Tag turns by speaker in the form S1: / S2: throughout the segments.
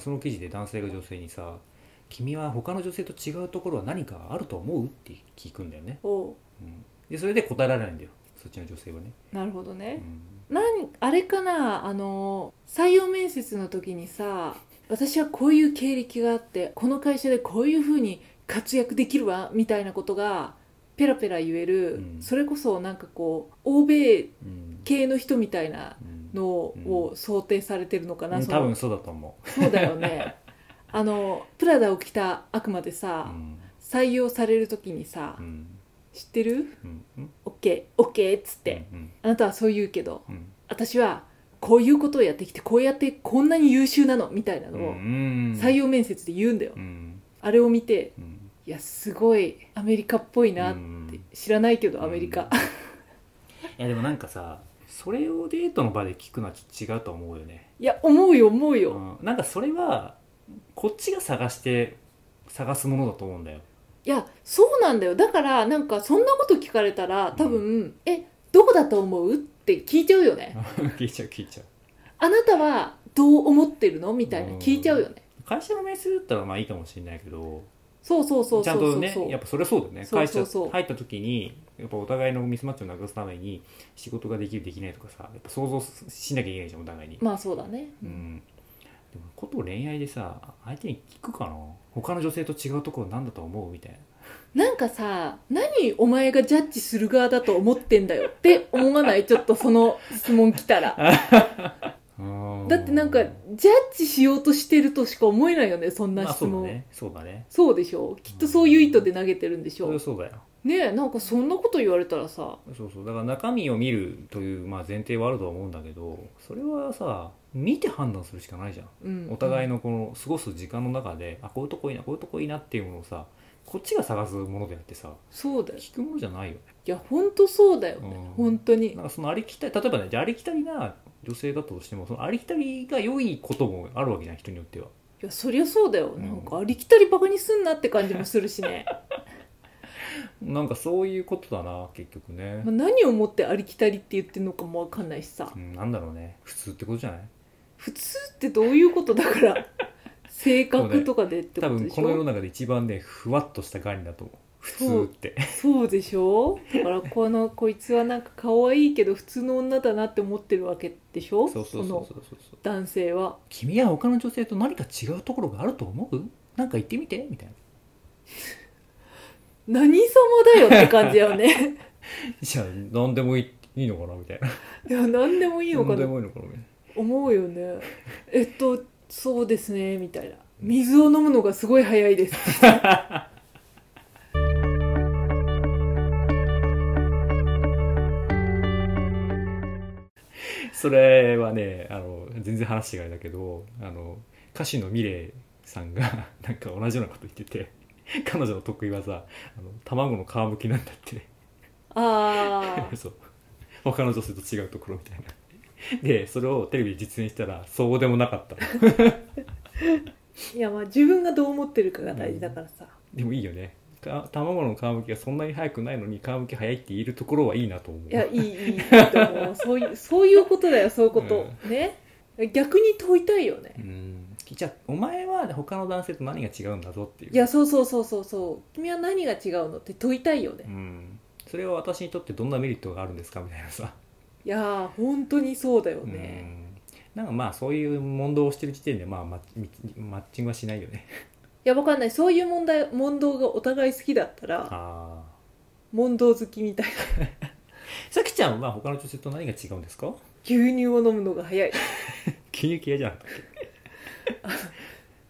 S1: 男性が女性にさ「君は他の女性と違うところは何かあると思う?」って聞くんだよね、
S2: おう
S1: うん、でそれで答えられないんだよそっちの女性はね、
S2: なるほど
S1: う
S2: ね、
S1: ん、
S2: なんあれかなあの採用面接の時にさ私はこういう経歴があってこの会社でこういうふうに活躍できるわみたいなことがペラペラ言える、
S1: うん
S2: それこそなんかこう欧米
S1: うん
S2: 系の人みたいな
S1: うん
S2: のを想定されてるのかな、
S1: うん
S2: その
S1: 多分そうだと思う、
S2: そうだ よねあのプラダを着た悪魔で
S1: う
S2: さ、
S1: ん
S2: 採用される時にさ、
S1: うん
S2: 知ってる
S1: うんうん、
S2: ?OKOK、OK っつって、
S1: うん
S2: あなたはそう言うけど
S1: うん
S2: 私はこういうことをやってきてこうやってこんなに優秀なのみたいな
S1: う
S2: のを
S1: ん
S2: 採用面接で言うんだよ、
S1: うん
S2: あれを見て
S1: うん
S2: いやすごいアメリカっぽいなって、
S1: うん
S2: 知らないけどアメリ
S1: うん
S2: カ、
S1: いやでもなんかさそれをデートの場で聞くのはちょっと違うと思うよね、
S2: いや思うよ思うよ、
S1: うん、なんかそれはこっちが探して探すものだと思うんだよ
S2: いやそうなんだよだからなんかそんなこと聞かれたら多分「えどこだと思う?」って聞いちゃうよね
S1: 聞いちゃう聞いちゃう
S2: 「あなたはどう思ってるの?」みたいな
S1: うん
S2: 聞いちゃうよね
S1: 会社の面接だったらまあいいかもしれないけど
S2: そうそうそう
S1: ち
S2: そ
S1: ゃ
S2: うんそう
S1: と
S2: そう、
S1: ねやっぱそれはそうだよね
S2: そう
S1: 会
S2: そ
S1: 社
S2: うそう
S1: 入った時にやっぱお互いのミスマッチをなくすために仕事ができるできないとかさやっぱ想像しなきゃいけないじゃんお互いに、
S2: まあそうだね、
S1: うんでもこと恋愛でさ相手に聞くかな他の女性と違うところなんだと思うみたいな
S2: なんかさ何お前がジャッジする側だと思ってんだよって思わないちょっとその質問来たらだってなんかジャッジしようとしてるとしか思えないよねそんな
S1: まあ
S2: 質
S1: そうだ
S2: 問、そう
S1: ねそうだね
S2: でしょきっとそういう意図で投げてるんでし
S1: そ
S2: ょ
S1: れ
S2: う
S1: はそうだよ
S2: ねえなんかそんなこと言われたらさ
S1: そうそうだから中身を見るという、まあ、前提はあるとは思うんだけどそれはさ見て判断するしかないじゃん
S2: うん
S1: お互いのこの過ごす時間の中で、あこういうとこいいなこういうとこいいなっていうものをさこっちが探すものであってさ
S2: そうだよ
S1: 聞くものじゃないよね
S2: いや本当そうだよ
S1: う
S2: ね
S1: ん
S2: 本当に
S1: なんかそのありきたり例えばねじゃあありきたりな女性だとしてもそのありきたりが良いこともあるわけじゃん人によってはい
S2: やそりゃそうだよ、
S1: うん
S2: なんかありきたりバカにすんなって感じもする しね、
S1: なんかそういうことだな結局ね
S2: まあ、、何をもってありきたりって言ってるのかもわかんないしさ
S1: うん、なんだろうね普通ってことじゃない
S2: 普通ってどういうことだから 性格とかでって
S1: 多
S2: こと
S1: 分
S2: でし
S1: この世の
S2: ょ
S1: 中で一番ねふわっとした概念だと思う普通って
S2: そうでしょだからこのこいつはなんか可愛いけど普通の女だなって思ってるわけでしょ
S1: そうそうそうそう
S2: の
S1: そうそう
S2: 男性は
S1: 君は他の女性と何か違うところがあると思うなんか言ってみてみたいな
S2: 何様だよって感じだよね
S1: じゃあ何でもいいいいのかなみたいない
S2: や何でもいいのか
S1: 何で
S2: な
S1: もいいのかなみたいな
S2: 思うよねえっとそうですねみたいな水を飲むのがすごい早いです
S1: それはねあの全然話違いだけどあの歌手のミレイさんが なんか同じようなこと言ってて彼女の得意技あの卵の皮むきなんだって
S2: あ
S1: そう他の女性と違うところみたいなでそれをテレビで実演したらそうでもなかった
S2: あいやまあ自分がどう思ってるかが大事だからさ、
S1: でもいいよねか卵の皮むきがそんなに早くないのに皮むき早いって言えるところはいいなと思う
S2: いやいいいいいいと思う そういうそういうことだよそういうこと、ね逆に問いたいよね
S1: うんじゃあお前は他の男性と何が違うんだぞっていう
S2: いやそうそうそうそうそう君は何が違うのって問いたいよね、
S1: う
S2: い
S1: んそれは私にとってどんなメリットがあるんですかみたいなさ、
S2: やー本当にそうだよ
S1: う
S2: ね、
S1: んなんかまあそういう問答をしてる時点でまあマッチマッチングはしないよね
S2: いやわかんないそういう問題問答がお互い好きだったら
S1: ああ
S2: 問答好きみたいな
S1: さきちゃんは他の女性と何が違うんですか
S2: 牛乳を飲むのが早い
S1: 牛乳嫌いじゃなくて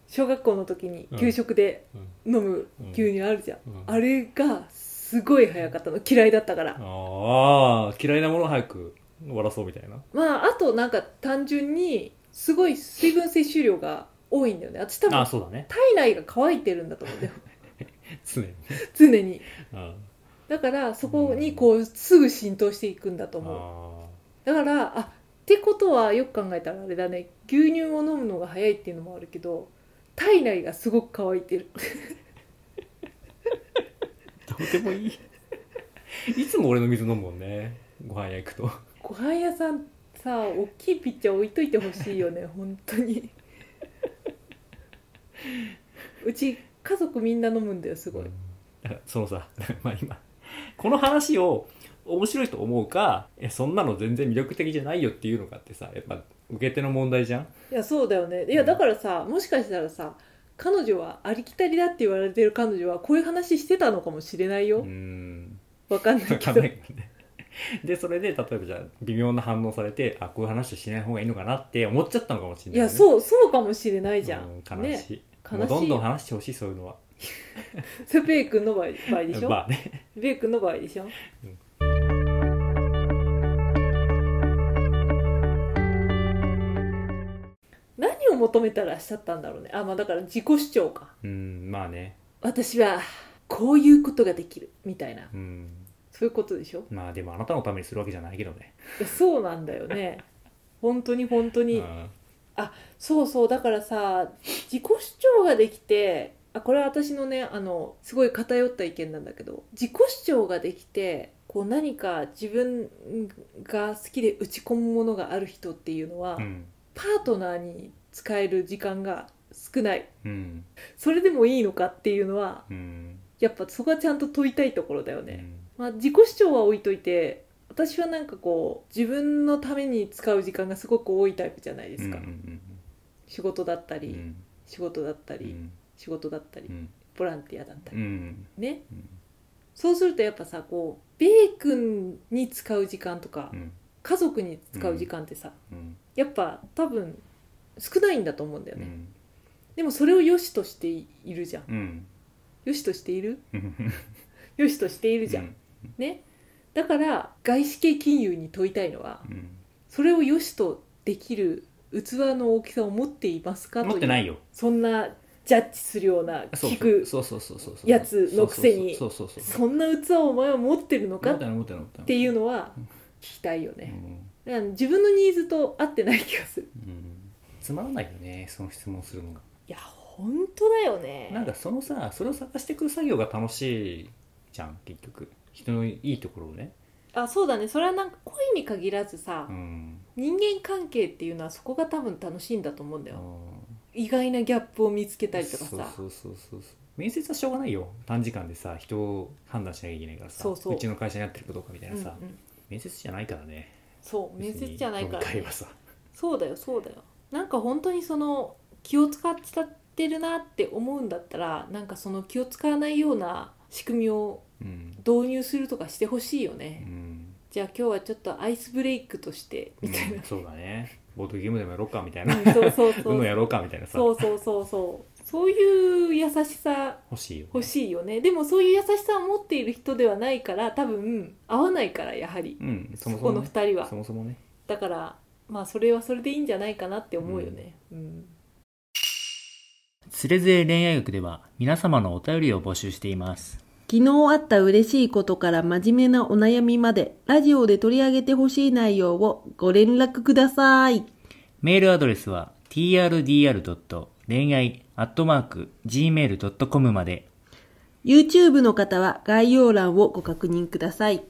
S2: 小学校の時に給食で
S1: うん
S2: 飲む牛乳あるじゃん、
S1: うん
S2: あれがすごい早かったの嫌いだったから、
S1: ああ嫌いなものを早く終わらそうみたいな
S2: まああとなんか単純にすごい水分摂取量が多いんだよね私多分
S1: ああそうだね
S2: 体内が乾いてるんだと思うんだよ
S1: 常に
S2: 常に
S1: あ
S2: だからそこにこうすぐ浸透していくんだと
S1: あ
S2: 思う
S1: ー
S2: だからあってことはよく考えたらあれだね牛乳を飲むのが早いっていうのもあるけど体内がすごく乾いてる
S1: どうでもいい いつも俺の水飲むもんねご飯屋行くと
S2: ご飯屋さん さ大きいピッチャー置いといてほしいよね本当にうち家族みんな飲むんだよすご
S1: う
S2: い、
S1: んだからそのさ まあ今この話を面白いと思うかえそんなの全然魅力的じゃないよっていうのかってさやっぱ受け手の問題じゃん
S2: いやそうだよねいやだからさもしかしたらさ彼女はありきたりだって言われてる彼女はこういう話してたのかもしれないうよ、
S1: ん
S2: わかんない
S1: 分か
S2: け
S1: ん
S2: ど
S1: ないからね でそれで例えばじゃあ微妙な反応されてあこういう話はしない方がいいのかなって思っちゃったのかもしれないい、ね、
S2: や
S1: う
S2: そうそうかもしれないじゃん、
S1: ん悲
S2: ね
S1: しい、
S2: 悲しい
S1: もうどんどん話してほしいそういうのは
S2: それベイ君の場合場合でしょ、
S1: まあね
S2: ベイ君の場合でしょ、
S1: うん
S2: 何を求めたらしちゃったんだろうねあまあだから自己主張か
S1: うんまあね
S2: 私はこういうことができるみたいな
S1: うん
S2: そういうことでしょ
S1: まあでもあなたのためにするわけじゃないけどね
S2: いやそうなんだよね本当に本当に、
S1: うん
S2: そうそうだからさ自己主張ができてあこれは私のねあのすごい偏った意見なんだけど自己主張ができてこう何か自分が好きで打ち込むものがある人っていうのは、
S1: うん
S2: パートナーに使える時間が少ない
S1: うん
S2: それでもいいのかっていうのは
S1: うん
S2: やっぱそこはちゃんと問いたいところだよね。
S1: うん
S2: まあ、自己主張は置いといて私はなんかこう自分のために使う時間がすごく多いタイプじゃないですか、
S1: うんうん
S2: 仕事だった
S1: う
S2: り、
S1: ん
S2: 仕事だった
S1: う
S2: り、
S1: ん
S2: 仕事だったり、
S1: うん
S2: ボランティアだったり、
S1: うん
S2: ね
S1: うん
S2: そうするとやっぱさこうベイ君に使う時間とか、
S1: うん
S2: 家族に使う時間ってさ
S1: うん
S2: やっぱ多分少ないんだと思うんだよ
S1: う
S2: ね、
S1: ん
S2: でもそれを良しとしているじゃん
S1: うん
S2: 良しとしている
S1: うん
S2: 良しとしているじゃん、ねだから外資系金融に問いたいのは、
S1: うん
S2: それを良しとできる器の大きさを持っていますかという
S1: 持ってないよ
S2: そんなジャッジするような
S1: そう
S2: 聞く
S1: そうそうそうそうそう
S2: やつのくせに
S1: そうそうそうそう
S2: そんな器をお前は持ってるの
S1: 持
S2: か
S1: っ
S2: って
S1: ない持ってない持ってない
S2: ていううのは
S1: うん
S2: 聞きたいよね
S1: ん
S2: だから自分のニーズと合ってない気がする
S1: うんつまらないよねその質問するのが
S2: いや本当だよね
S1: なんかそのさそれを探してくる作業が楽しいじゃん結局人のいいところをね
S2: あそうだねそれはなんか恋に限らずさ、
S1: うん
S2: 人間関係っていうのはそこが多分楽しいんだと思うんだ
S1: あ
S2: よ
S1: ー
S2: 意外なギャップを見つけたりとかさ
S1: そうそうそうそうそう面接はしょうがないよ短時間でさ人を判断しなきゃいけないからさ
S2: そうそう
S1: ちの会社にやってるかどうかみたいなさ、
S2: うんうん
S1: 面接じゃないからね
S2: そう面接じゃないから、
S1: 別に今回はさ
S2: そうだよそうだよなんか本当にその気を使ってるなって思うんだったらなんかその気を使わないような仕組みを
S1: うん、
S2: 導入するとかしてほしいよね、
S1: うん、
S2: じゃあ今日はちょっとアイスブレイクとしてみたい
S1: うん
S2: な、
S1: そうだねボードゲームでもやろうかみたいな
S2: うん そうそう そ
S1: 運動
S2: う
S1: やろうかみたいなさ
S2: そうそうそうそうそういう優しさ
S1: 欲しいよね、
S2: 欲しいよねでもそういう優しさを持っている人ではないから多分合わないからやはり
S1: うんそ
S2: そ
S1: もそ
S2: こ
S1: も、
S2: の
S1: ね、
S2: 2人は
S1: そもそもね
S2: だからまあそれはそれでいいんじゃないかなって思うよね、うん
S3: つれづれ恋愛学では皆様のお便りを募集しています。
S4: 昨日あった嬉しいことから真面目なお悩みまで、ラジオで取り上げてほしい内容をご連絡ください。
S3: メールアドレスは trdr. 恋愛 .gmail.com まで
S4: YouTube の方は概要欄をご確認ください。